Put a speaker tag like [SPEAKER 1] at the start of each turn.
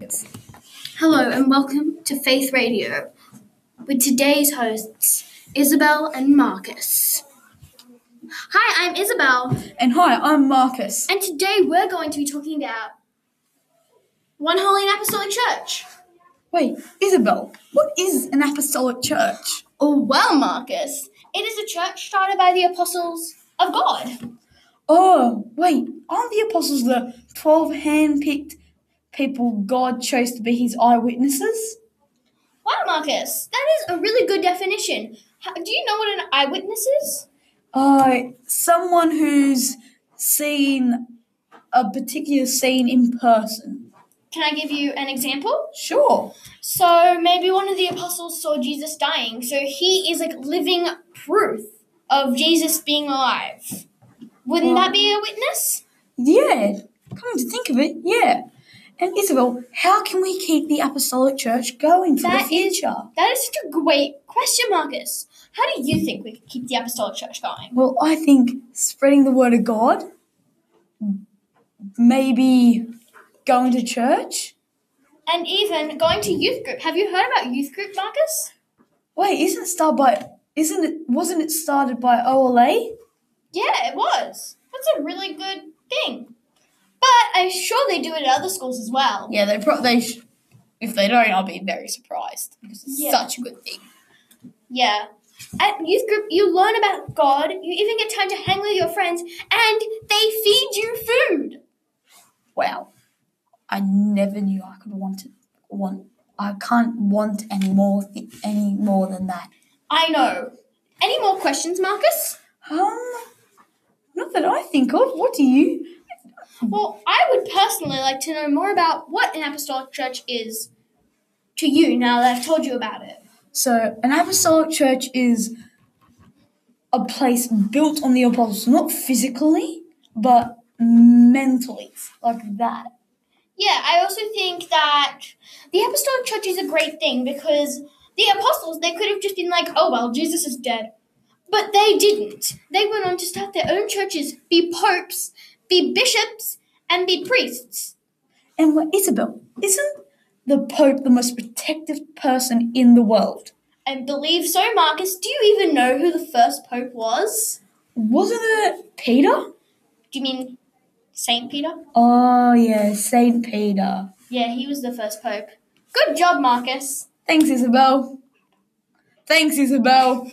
[SPEAKER 1] Kids. Hello and welcome to Faith Radio with today's hosts, Isabel and Marcus. Hi, I'm Isabel,
[SPEAKER 2] And hi, I'm Marcus.
[SPEAKER 1] and today we're going to be talking about One Holy and Apostolic Church.
[SPEAKER 2] Wait, Isabel, what is an apostolic church?
[SPEAKER 1] Oh, well, Marcus, it is a church started by the apostles of God.
[SPEAKER 2] Oh, wait, aren't the apostles the 12 hand-picked people God chose to be his eyewitnesses?
[SPEAKER 1] Wow, Marcus, that is a really good definition. How- Do you know what an eyewitness is?
[SPEAKER 2] Uh, someone who's seen a particular scene in person.
[SPEAKER 1] Can I give you an example?
[SPEAKER 2] Sure.
[SPEAKER 1] So maybe one of the apostles saw Jesus dying. So he is like living proof of Jesus being alive. Wouldn't that be a witness?
[SPEAKER 2] Yeah, come to think of it, yeah. And Isabel, how can we keep the apostolic church going for the
[SPEAKER 1] That is-
[SPEAKER 2] future?
[SPEAKER 1] That is such a great question, Marcus. How do you think we could keep the apostolic church going?
[SPEAKER 2] Well, I think spreading the word of God, maybe going to church.
[SPEAKER 1] And even going to youth group. Have you heard about youth group, Marcus?
[SPEAKER 2] Wait, isn't started by isn't it wasn't it started by OLA?
[SPEAKER 1] Yeah, it was. That's a really good thing. But I'm sure they do it at other schools as well.
[SPEAKER 2] Yeah, they pro- they sh- if they don't, I'll be very surprised because
[SPEAKER 1] it's Yeah.
[SPEAKER 2] such a good thing.
[SPEAKER 1] Yeah. At youth group, you learn about God, you even get time to hang with your friends, and they feed you food.
[SPEAKER 2] Wow, I never knew I could want it. Want I can't want any more thi- any more than that.
[SPEAKER 1] I know. Any more questions, Marcus?
[SPEAKER 2] Um, not that I think of. What do you?
[SPEAKER 1] Well, I would personally like to know more about what an apostolic church is to you now that I've told you about it.
[SPEAKER 2] So, an apostolic church is a place built on the apostles, not physically, but mentally, like that.
[SPEAKER 1] Yeah, I also think that the apostolic church is a great thing because the apostles, they could have just been like, oh, well, Jesus is dead. But they didn't. They went on to start their own churches, be popes, be bishops, and be priests.
[SPEAKER 2] And what Isabel, isn't the Pope the most protective person in the world?
[SPEAKER 1] I believe so, Marcus. Do you even know who the first pope was?
[SPEAKER 2] Wasn't it Peter?
[SPEAKER 1] Do you mean St. Peter?
[SPEAKER 2] Oh, yeah, St. Peter.
[SPEAKER 1] Yeah, he was the first pope. Good job, Marcus.
[SPEAKER 2] Thanks, Isabel. Thanks, Isabel.